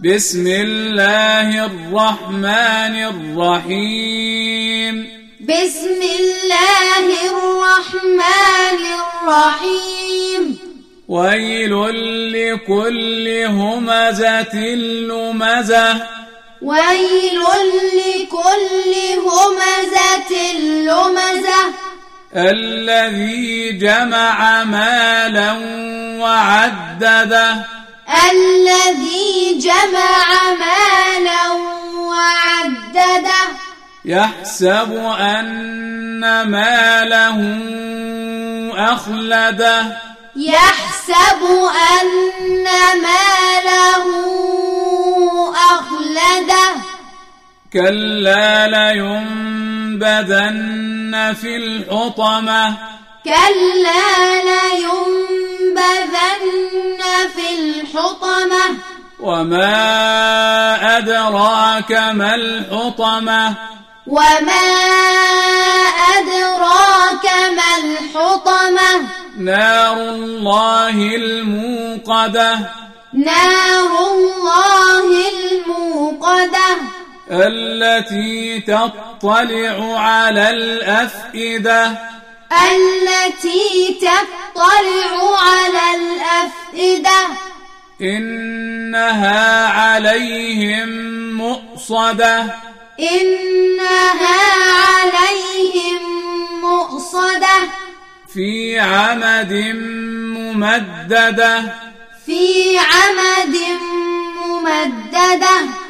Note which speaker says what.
Speaker 1: بسم الله الرحمن الرحيم
Speaker 2: بسم الله الرحمن الرحيم
Speaker 1: ويل لكل همزة لمزة
Speaker 2: ويل لكل همزة لمزة
Speaker 1: الذي جمع مالا وعدده
Speaker 2: الذي جمع مالا وعدده
Speaker 1: يحسب أن ماله أخلده
Speaker 2: يحسب أن ماله أخلده
Speaker 1: كلا لينبذن في الحطمة
Speaker 2: كلا لينبذن في الحطمة
Speaker 1: وما أدراك ما الحطمة
Speaker 2: وما أدراك ما الحطمة
Speaker 1: نار الله الموقدة
Speaker 2: نار الله الموقدة
Speaker 1: التي تطلع على الأفئدة
Speaker 2: التي تطلع على الأفئدة
Speaker 1: إنها عليهم مؤصدة
Speaker 2: إنها عليهم مؤصدة
Speaker 1: في عمد ممددة
Speaker 2: في عمد ممددة